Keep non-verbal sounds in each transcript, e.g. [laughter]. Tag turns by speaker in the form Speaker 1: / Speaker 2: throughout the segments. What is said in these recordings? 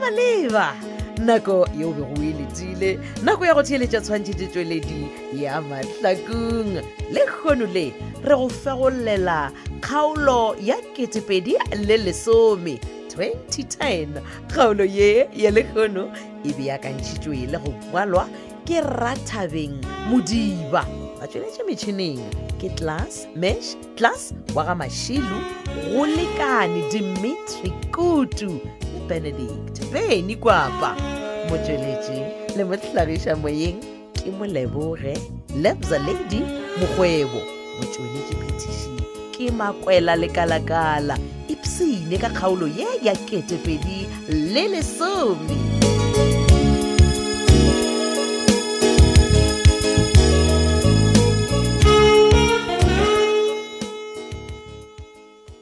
Speaker 1: maleba nako yeo bego o e letile nako ya go theeletša tshwantšhetše tšweledi ya mahlakong le kgono le re go fegolela kgaolo ya ketepedi le lesome 2010 kgaolo ye ya lekgono e beakantšhitšwe le go kwalwa ke rathabeng modiba ba tsweletše metšhineng ke class mesh class wa ga mašilu go lekane dimitri kutu le benedict beny kwapa motsweletši le motlhagiša moyeng ke moleboge lebza lady mokgwebo motsweletši phetiši ke makwela lekalakala ipsene ka kgaolo ye ya ketepedi le lesome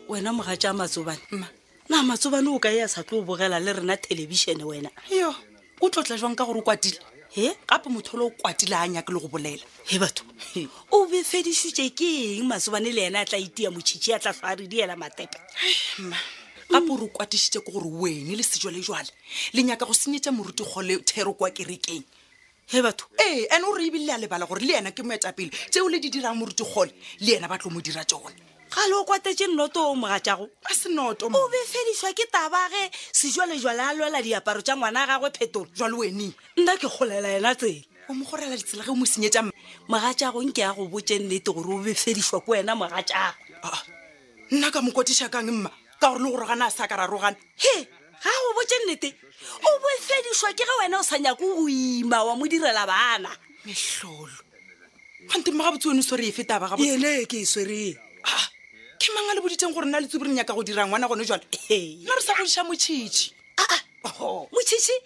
Speaker 2: wena moga tša matsobane na matsobane o ka e a sa tlo o bogela le rena thelebišene wena yo o tlotla jwang ka gore o kwatile he gape motho le o kwatile a nyake le go bolela he batho o befedišitše ke eng masobane le yena a tla itia motšhitši a tla hlwa a re diela matepe
Speaker 3: gape ore o kwatišitše ke gore wene le sejo le jale le nyaka go senyetša morutikgo le thero kwa kerekeng
Speaker 2: he batho
Speaker 3: ee ande ore ebile le a lebala gore le yena ke moetapele tseo le di dirang morutikgole le yena ba tlo mo dira tsone
Speaker 2: ga le o kwatetse nnoto o moga tjago
Speaker 3: a
Speaker 2: o
Speaker 3: senoto
Speaker 2: befedišwa ke tabage sejwalejwale a lwela diaparo tša ngwana a gagwe phetola
Speaker 3: jwale weneng
Speaker 2: nna ke kgolela yena tsela
Speaker 3: o mo gorela ditsela ge o mo senyetša m-
Speaker 2: moga tjago nke ya go botse nnete gore o befedišwa ke wena moga tjago
Speaker 3: Ah, nna ka mo kwatiša kang mma ka gore le go rogana a sa ka ra rogana
Speaker 2: he ga go botse nnete o bofedišwa ke ge wena o sa nyako go ima wa mo direla bana
Speaker 3: metlholo gante mma gabotse one o swere efe taba gabo
Speaker 2: yene ke e swereng
Speaker 3: ke mang a le boditseng gore nna letsobi re nyaka go dira ngwana gone jale nna re sa godiša motšhitšhi Oho.
Speaker 2: motšhitšhi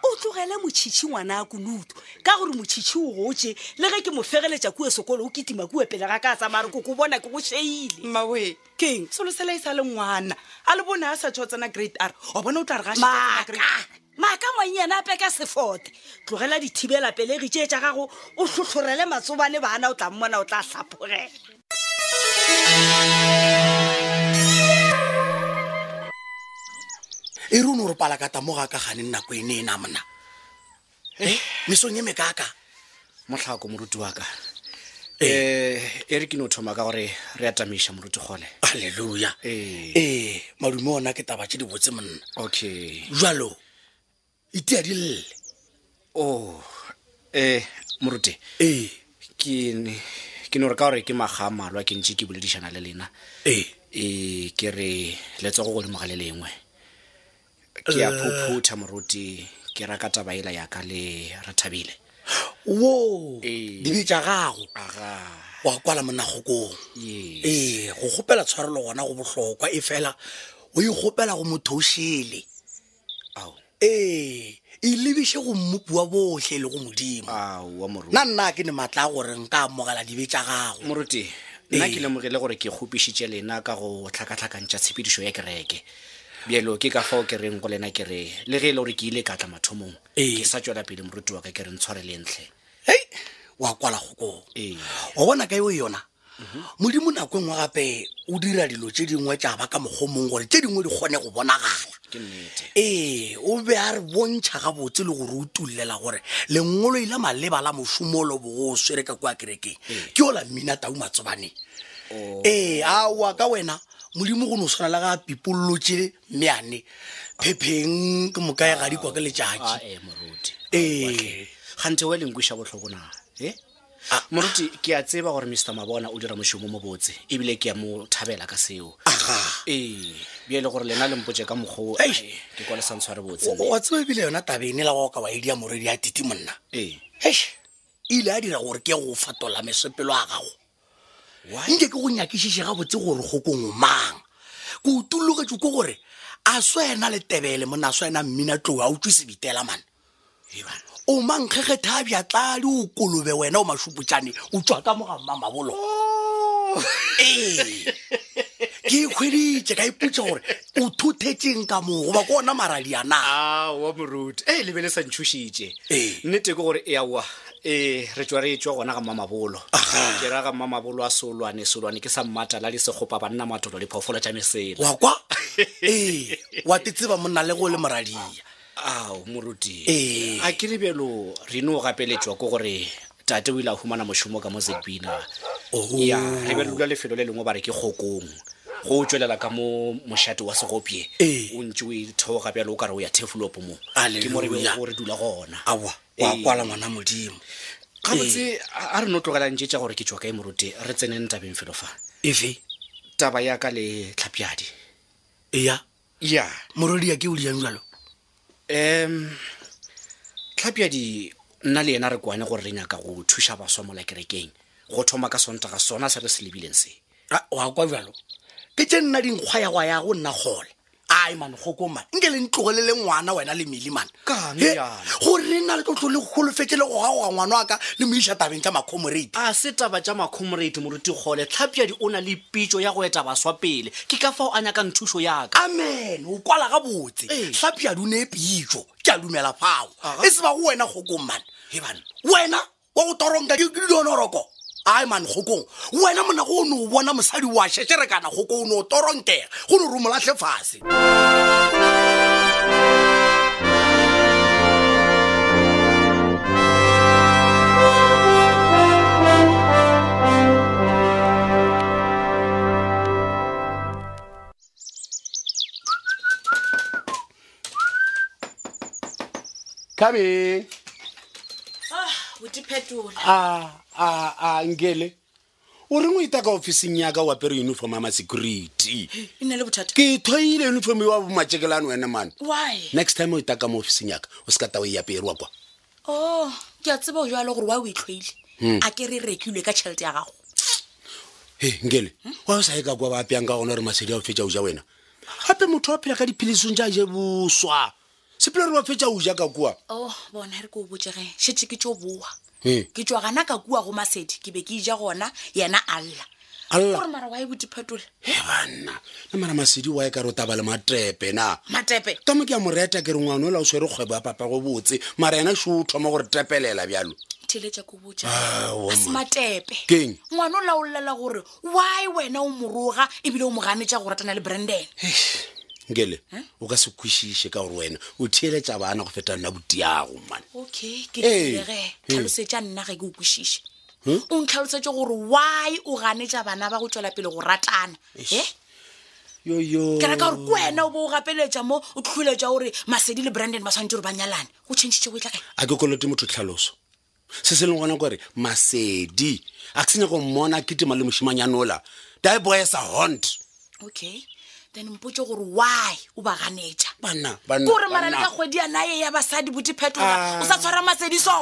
Speaker 2: o tlogele motšhitšhi ngwana a konutu ka gore motšhitšhi o gotse le ge ke mo fegeletša kue sekolo o ketima kue pele ga ka a tsamaya re ko ko bona ke go sheile
Speaker 3: mmawe keng selo sela e sa le ngwana a le bone a sa tšho tsena grade r wa bona o tla re ga a
Speaker 2: maaka
Speaker 3: šetša grade-
Speaker 2: maaka ngwannyana ape ka sefote tlogela dithibela pelegi tšee tša gago o tlhotlhorele matsobane bana o tla mmona o tla tlhaphogela
Speaker 4: e re o ne gore palakata mo ga ka gane nako e ne e namona mesong e mekaka
Speaker 5: motlhako moruti wa ka
Speaker 4: Eh.
Speaker 5: um e re ke no thoma ka gore re atamaiša moruti Eh. gole
Speaker 4: halleluja
Speaker 5: Ee.
Speaker 4: ee Eh, madume ona ke taba tse di botse monna
Speaker 5: okay
Speaker 4: jalo itea di llele
Speaker 5: o um Oh, moruti
Speaker 4: ee
Speaker 5: ke ne- ke no re ka gore ke maga a malwa ke ntse ke boledišana le lena
Speaker 4: ee
Speaker 5: e ke re letsogo godimo ga le lengwe ke
Speaker 4: Eh.
Speaker 5: a phophutha moruti ke raka taba ela yaka le rathabile
Speaker 4: wo
Speaker 5: Ee.
Speaker 4: dibe tša gago
Speaker 5: aga
Speaker 4: wa kwala monagokong
Speaker 5: yes
Speaker 4: ee go kgopela tshwarelo gona go bohlokwa e fela o e kgopela go motho o šele
Speaker 5: ao
Speaker 4: ee e lebiše go mmopi wa botlhe le go modimo
Speaker 5: ao wa moruti
Speaker 4: nna nna ha ke ne maatla a gore nka amogela dibe tša gago
Speaker 5: moruti nna
Speaker 4: Ee.
Speaker 5: ke lemogile gore ke kgopišitše lena ka go tlhakatlhakantšha tshepedišo ya kereke bjelo ke ka fao ke reng go lena ke re le ge e le gore ke ile ka tla mathomong
Speaker 4: Ee.
Speaker 5: ke sa tswela pele moruti wa ka ke re ntshware lentle
Speaker 4: hei wa kwala gokong
Speaker 5: ee Mhm.
Speaker 4: wa bona ka eo yona modimo nako engwe gape o dira dilo tse dingwe tša ba ka mokgomong gore tse dingwe di kgone go bonagala
Speaker 5: ke nnete
Speaker 4: ee E, o be a re bontšha gabotse le gore o tulela gore lengolo ile maleba la mošomo lo bogo o swere ka kwa kerekeng ke ola mmina tau matsobaneng ee aowa ka wena modimo go ne o tshwana le ga pipololotse meane phepeng ke mokae ga dikwa ke letšatši E,
Speaker 5: ae e, moruti
Speaker 4: ee
Speaker 5: gante o e lenkweša botlhokona e
Speaker 4: Ah.
Speaker 5: moruti ke a tseba gore mr mabona o dira mošomo mo botse ebile ke a mo thabela ka seo
Speaker 4: aga
Speaker 5: ee bjele gore lena le mpotse ka mokgwao
Speaker 4: Ei.
Speaker 5: ke kwa le sa ntshware botse
Speaker 4: o o tseba ebile yona tabene la go ka wa edia moredi a tite monna
Speaker 5: ee
Speaker 4: hesh ile a dira gore ke go fatola mesepelo a gago nke ke go nyakišiše gabotse gore kgokong o mang ke o tulogetse ke gore a swena le tebele monna a swena mmina tlou a utswe sebitela mana o mankgegethe a bjatlale o kolobe wena o mašuputsane o tswa ka mo ga mmamabolo ee ke ikgweditše ka ipotsa gore o thuthetseng ka moo goba ke ona maradiana
Speaker 5: awa moruti e lebe le sa ntšhošitše
Speaker 4: Ee.
Speaker 5: nnete ke gore eawa ee re tswa re tswa gona ga mmamabolo ke ra ga mmamabolo a solwane solwane ke sa mmatala le sekgopa banna matolo le phoofolo tša mesela
Speaker 4: wa kwa ee wa tetseba monna le go le moradia
Speaker 5: ao moruti
Speaker 4: Ee.
Speaker 5: a ke le bjalo reno o gapeletswa ke gore tate o ile a humana mošomo ka mo zepina
Speaker 4: oh,
Speaker 5: ya re be re dula lefelo le lengwe ba re ke kgokong go o tswelela ka mo mošate wa segopie
Speaker 4: Ee.
Speaker 5: o ntse o e theoga bjalo o kare o ya tefolopo mo ke mo re
Speaker 4: Haleluya.
Speaker 5: bego re dula gona
Speaker 4: aowa wa
Speaker 5: Ee.
Speaker 4: kwala ngwana modimo Ee.
Speaker 5: gabotse a a re no tlogelantse tša gore ke tswa kae moruti re tseneng tabeng felo fa
Speaker 4: efe
Speaker 5: taba ya ka le tlhapjadi
Speaker 4: eya
Speaker 5: ya
Speaker 4: morodi ya ke o diang jalo
Speaker 5: um tlhapjadi nna le yena re kwane gore re nyaka go thuša baswa mola kerekeng go thoma ka sontaga sona se re se lebileng se
Speaker 4: Ah, wa kwa jalo ke tse nna dinkgwa ya go ya go nna gole ai mane gokoma nke le ntlogolele ngwana wena le mele mane
Speaker 5: Kang
Speaker 4: He,
Speaker 5: yana?
Speaker 4: gore nna le tlotlo le golofetse le go gagoga ngwana wa ka le moiša tabeng tsa macomorate
Speaker 5: a se taba tša macomrate moruti kgole tlhapjadi o na le pitso ya go eta baswa pele ke ka fao a nyakang thušo yaka
Speaker 4: amen o kwala ga botse
Speaker 5: Ee.
Speaker 4: tlhapiadi o ne e pitso ke a dumela fao
Speaker 5: Aga.
Speaker 4: e se ba go wena gokong mane wena wa go toronka ke ke didonoroko ai man gokong wena mona go o ne o bona mosadi wa šešerekana goko o ne o toronkega go ne o romolatlhe fase
Speaker 6: coming
Speaker 2: o di phetola
Speaker 6: a a a nkele o reng o eta ka officing yaka o apere uniform ya ma-security
Speaker 2: e nna le bothata
Speaker 6: ke thoile uniform wa bomatšekelane wena mane
Speaker 2: why
Speaker 6: next time o eta ka mo officing yaka o se ka ta o e aperwa kwa
Speaker 2: o Oh, ke a tseba o jalo gore wa o
Speaker 6: Hmm.
Speaker 2: itlhoile a ke re e rekilwe ka tšhelete ya gago
Speaker 6: he nkele wa o sa ye ka kwa ba apeyang ka gona gore masedi a o fetsa o ja wena gape motho wa phela ka diphilisong tša je boswa sepele gore wa fetsa o ja ka kua
Speaker 2: o Oh, bona re ke o botsege shetse ke tso boa
Speaker 6: Hmm.
Speaker 2: ke tswa gana ka kua go masedi ke be ke ija gona yena a lla
Speaker 6: A lla?
Speaker 2: gore mara wa e botiphetola
Speaker 6: he banna na mara masedi wa ye ka re o taba le matepe na
Speaker 2: matepe
Speaker 6: tamo ke a mo reta ke re ngwane ola o swere kgwebo ya papa go botse mara yena sho o thoma gore tepelela bjalo
Speaker 2: theletša ko botsa
Speaker 6: Ao,
Speaker 2: a se
Speaker 6: man.
Speaker 2: matepe
Speaker 6: Keng?
Speaker 2: ngwana o laolela gore wy wena o moroga ebile o mo ganetša go ratana le branden
Speaker 6: nkele o ka se kwešiše ka gore wena o theeletša bana go feta nna botiago mane
Speaker 2: okay ke
Speaker 6: Ee.
Speaker 2: dilege
Speaker 6: Hmm.
Speaker 2: tlhalosetša nna ge ke o kwešiše o ntlhalosetse gore wy o ganetša bana ba go tswela pele go ratana e
Speaker 6: yoyo
Speaker 2: ke reka gore ke wena o bo o gapeletša mo o tlholetša gore masedi le branden ba tshwanetse gore ba nyalane go changetse go e tla kae
Speaker 6: a ke kolote motho tlhaloso se se leng gona kore masedi a ke senya go mmona ketima le mošimanyanola diboesa hont
Speaker 2: okay then mpotse gore wy o ba ganetša
Speaker 6: banna
Speaker 2: ke gore marane ka kgwedi ya naye ya basadi botiphetola o sa tshwara masediso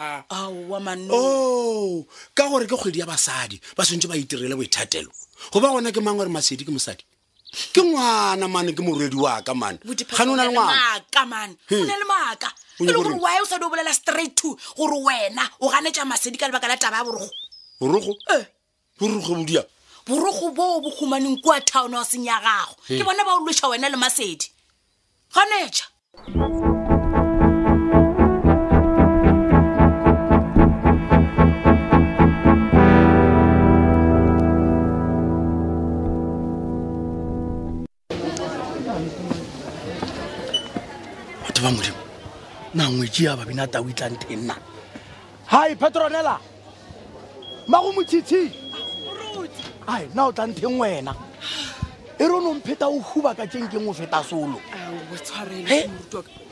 Speaker 6: Ah,
Speaker 2: aowa
Speaker 6: Oh,
Speaker 2: manno
Speaker 6: o ka gore ke kgwedi ya basadi ba swantse ba itirele boithatelo goba gona ke mang gore masedi ke mosadi ke ngwana mane ke morwedi wa ka mane gane o na le ngwana
Speaker 2: maaka man o na le maaka
Speaker 6: O
Speaker 2: e
Speaker 6: nyaka
Speaker 2: le
Speaker 6: gore-
Speaker 2: gore wy o sadi o bolela straight to gore wena o ganetša masedi ka lebaka la taba ya borogo
Speaker 6: borogo
Speaker 2: Eh.
Speaker 6: borogo bodia
Speaker 2: borogo boo bo humaneng kua town houseng ya gago ke bona ba o lweša wena le masedi ganetša
Speaker 4: batho ba modimo na ngwetse ya babina tao itlang teng na hai petronela mago motshitshi ai na o tlang teng wena e re o ne mpheta o huba ka tseng keng o feta solo He?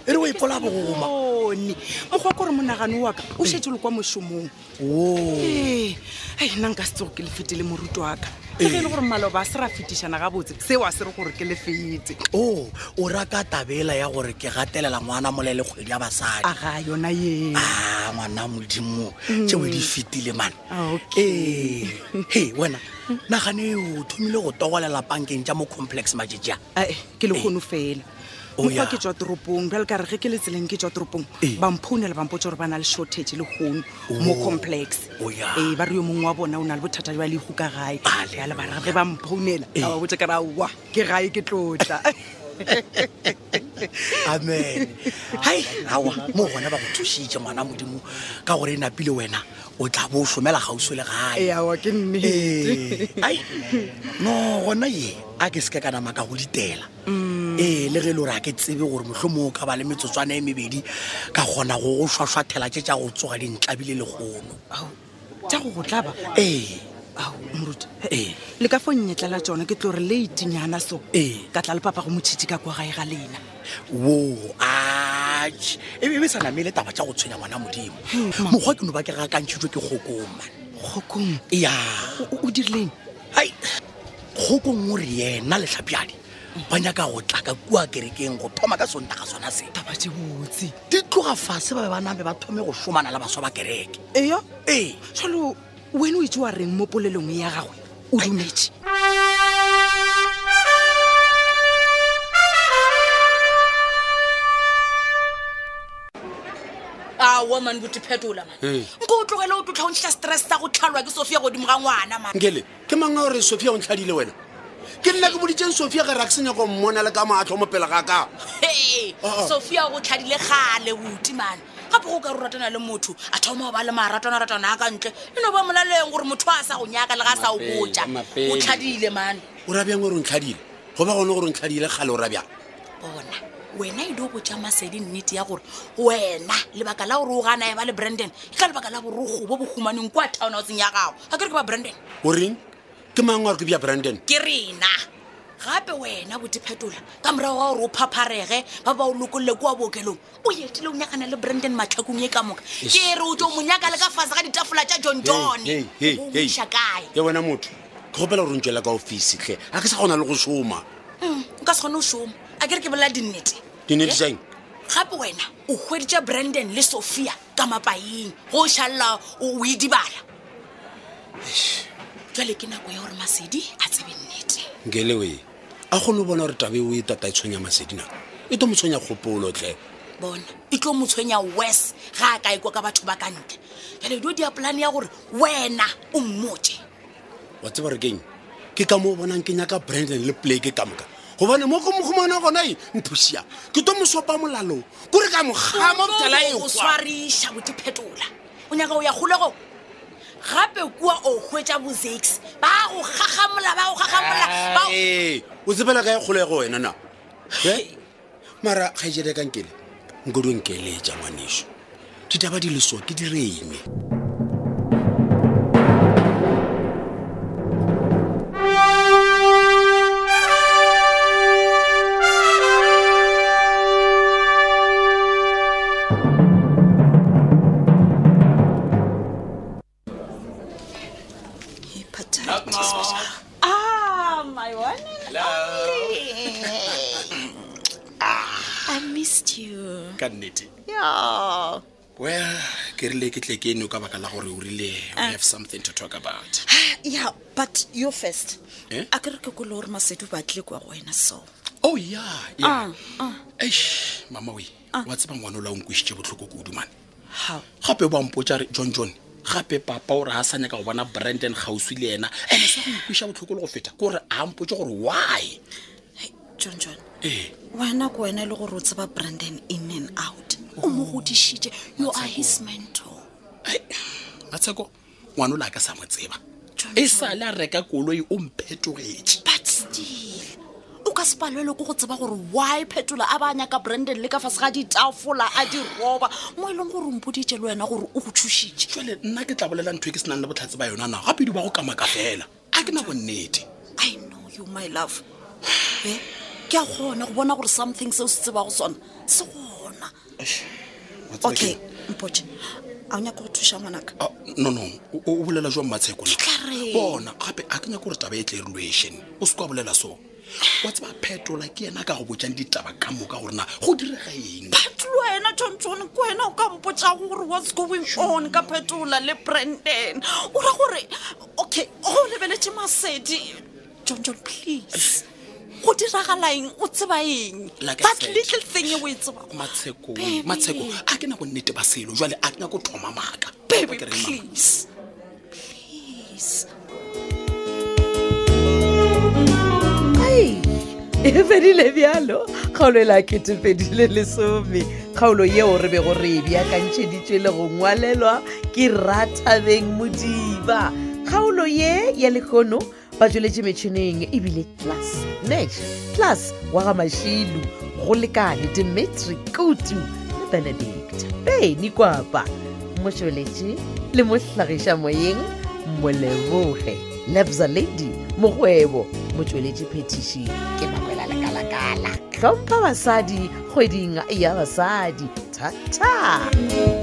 Speaker 4: e re o ipola bogoma
Speaker 3: one mokgwa ko gore monagano waka o shetse le kwa mošomong ee ai nna nka setsego ke le fetele moruti waka le ge e le gore maloba a se ra fetišana gabotse seo a se re gore ke le fete
Speaker 4: o o raka tabela ya gore ke gatelela ngwana molele kgwedi ya basadi
Speaker 3: a ga yona yena
Speaker 4: a Ah, ngwana modimo tseo di fetile mane
Speaker 3: Mm. Ah, okay.
Speaker 4: ee he wena nagane o thomile go togolela pankeng tja mo complex majejang
Speaker 3: ae ke le kgono fela
Speaker 4: Oh,
Speaker 3: mokgwa
Speaker 4: yeah.
Speaker 3: ke tswa toropong bjale ka re ge ke le tseleng ke tswa toropong
Speaker 4: Eh.
Speaker 3: bamphounela bampotse gore ba na le shortage le kgono mo complex
Speaker 4: Oh, yeah.
Speaker 3: ee ba re yo mongwe wa bona o na le bothata jwa lehu ka gae
Speaker 4: Hallelujah.
Speaker 3: bjale bara ge ba mphounela a ba botse ka ra wa ke gae ke tlotla
Speaker 4: amen
Speaker 3: [laughs]
Speaker 4: hai awa mo gona ba go thušitše ngwana modimo ka gore e napile wena o tla bo o somela gauso
Speaker 3: ee
Speaker 4: le gae Eh,
Speaker 3: awa ke nnete Mm.
Speaker 4: ai no gona ye a ke se ke ka nama ka go ditela
Speaker 7: ee le ge e le gore ga ke tsebe gore motlhomo o ka ba le metsotswana e mebedi ka kgona go go shwashwathela tše tša go tsoga dintlabile lekgono
Speaker 8: ao tja go go tlaba
Speaker 7: ee
Speaker 8: ao moruti
Speaker 7: ee
Speaker 8: le ka fo nnyetla la tsona ke tlo re le itinyana so
Speaker 7: Ee.
Speaker 8: ka tla le papa go motšhitši ka kwa gae ga lena
Speaker 7: wo ach e be e be sa namele taba tša go tshwenya ngwana modimo mokgwa ke no ba ke gakantšhitšwe ke kgokoma
Speaker 8: kgokong
Speaker 7: ya
Speaker 8: o- o dirileng
Speaker 7: ai kgokong gore yena letlhapiadi ba nyaka go tla ka kua kerekeng go thoma ka sontaga sona se
Speaker 8: taba tše botse
Speaker 7: di tloga fase ba be ba nabe ba thome go šomana le baswa ba kereke
Speaker 8: eyo
Speaker 7: ee
Speaker 8: tsholo wene o itse wa reng mo polelong ya gagwe o dumetše
Speaker 3: awa mane bote phetola man nko o tlogele o tlotlha o ntlha stress sa go tlhalwa ke sofia godimo ga ngwana man
Speaker 4: nkele ke manga gore sophia o ntlhadile wena ke nna ke boditseng sophia ge ra ke senya go mmona le ka maatlho mo pele ga ka
Speaker 3: Hey,
Speaker 9: Oh,
Speaker 4: Ah.
Speaker 3: sophia go tlhadile gale boti mane gape go ka re o ratana le motho a thoma o ba le maaratwana ratana a ka ntle e no ba molaleng gore motho a sa go nyaka le ga a sa o
Speaker 9: Mapele,
Speaker 3: botja
Speaker 9: mapele.
Speaker 3: o tlhadile mane
Speaker 4: o ra bjang gore o ntlhadile goba gone gore o ntlhadile kgale o ra bjang
Speaker 3: bona wena e dio botja masedi nnete ya gore wena lebaka la gore o ganae ba le branden ke ka lebaka la gore o gobo bohumaneng kwa town houseng ya gago ga ke re ke ba branden
Speaker 4: o reng ke manga gore ke bja brandon
Speaker 3: ke rena gape wena botephetola ka morago ga gore o phapharege ba ba o lokolole kua bookelong o etile o nyakana le branden matlhakong e ka moka ke re o tso mo nyaka le ka fase ga ditafola tša john john
Speaker 4: Hey, hey, hey, hey.
Speaker 3: omoša kae
Speaker 4: ye wena motho ke gopela gore o ntswela ka office tlhe ga ke sa kgona le go šoma
Speaker 3: Mm, nka se kgone o šoma a ke re ke bolela dinnete
Speaker 4: Dinnete
Speaker 3: Eh?
Speaker 4: tšang?
Speaker 3: gape wena o hweditše branden le sophia ka mapaeng go o šalela o o edibala jale ke nako ya gore masedi a tsebe nnete
Speaker 4: nkele oe a kgone o bona gore tabe o e tata e tshwenya masedinako e to mo tshwenya kgopolo tlhe
Speaker 3: bona e tlo motshwenya wes ga a ka ekwa ka batho ba ka ntle jale dio diapolane ya gore wena o mmotse
Speaker 4: wa tseba re keng ke ka moo bonang ke nyaka brandon le plake ka moka gobane mo go mogomana gona e mphusia ke to mosopa molalo kore ka mogama tela e
Speaker 3: go
Speaker 4: kwa
Speaker 3: swariša botephetola o nyaka o ya kgolego gape kua o hwetša bozax ba go gagamola ba go gagamola ba o-
Speaker 4: Ae, o tsebela ka e kgolego wena na e mara ga e ejere ka nkele nkodio nkeletša ngwanešo ditaba di leso ke direme
Speaker 2: Ah, my one and only. I missed you.
Speaker 4: ka nnete
Speaker 2: Yeah.
Speaker 4: well ke rile ke tle ke eno ka baka la gore o rile we have something to talk about
Speaker 2: Ah. [sighs] Yeah, but you first.
Speaker 4: Eh?
Speaker 2: A ke re ke kolo gore masedu ba tle kwa go wena so. Ah,
Speaker 4: oh ya ya eish mama we wa tseba ngwana o la o nkwisitše botlhoko kudu mane
Speaker 2: How?
Speaker 4: gape o bampotsa re john john gape papa ore ga sa nyaka go bona brandon gausi le ena ande sa go nkwiša botlhoko le go feta ke gore a mpotse gore why
Speaker 2: Hey, John John.
Speaker 4: ee
Speaker 2: Wena ko wena le gore o tseba Brandon in and out. O mo godisitše. You are his mentor.
Speaker 4: matsheko ngwana o le a ka sa mo tseba
Speaker 2: John
Speaker 4: e
Speaker 2: John.
Speaker 4: sale a reka koloi o mphetogetse
Speaker 2: But still o ka se palelwe ke go tseba gore why phetola a ba nyaka brandon le ka fase ga ditafola a di roba mo e leng gore o mpoditse le wena gore o go thušitše
Speaker 4: jale nna ke tla bolela ntho e ke senang le botlhatse ba yona na gape di ba go kamaka fela a ke na bonnete
Speaker 2: i know you my love e ke a kgona go bona gore something seo se tseba go sona se gona
Speaker 4: Wa tseba
Speaker 2: okay
Speaker 4: ke eng?
Speaker 2: mpote a o nyaka go thuša ngwanaka
Speaker 4: Ah, no no o- o bolela jwa matsheko
Speaker 2: Ke tla reng?
Speaker 4: bona gape a ke nyaka gore taba e tle relation o se kwa bolela so wa tseba phetola ke ena a ka go botsang ditaba ka moka gorena go direga eng
Speaker 2: but le wena tshwantsone ke wena o ka mpotsa gore what's going on ka phetola le branden o ra gore okay go lebeletse masedi john john please go diragala eng o tseba eng
Speaker 4: Like I
Speaker 2: that
Speaker 4: said.
Speaker 2: little thing e o e tsebago
Speaker 4: matsheko
Speaker 2: Baby.
Speaker 4: matsheko a ke nyako nnete ba selo jale a ke nyako thoma maaka
Speaker 2: baby
Speaker 4: Wa ke reng, mama?
Speaker 2: please please
Speaker 1: ai e fedile bjalo kgaolo e la kete fedile lesome kgaolo yeo re bego re e bjakantšheditšwe le go ngwalelwa ke ratabeng modiba kgaolo ye ya lekgono ba tsweletse metšhineng ebile class nash class wa ga mašilu go lekane dimetri kutu le benedict beny kwapa motsweletše le mohlagiša moyeng moleboge lebza lady mokgwebo motsweletše phetiši ke makwela lekala-kala hlompha basadi kgweding ya basadi thata -ta.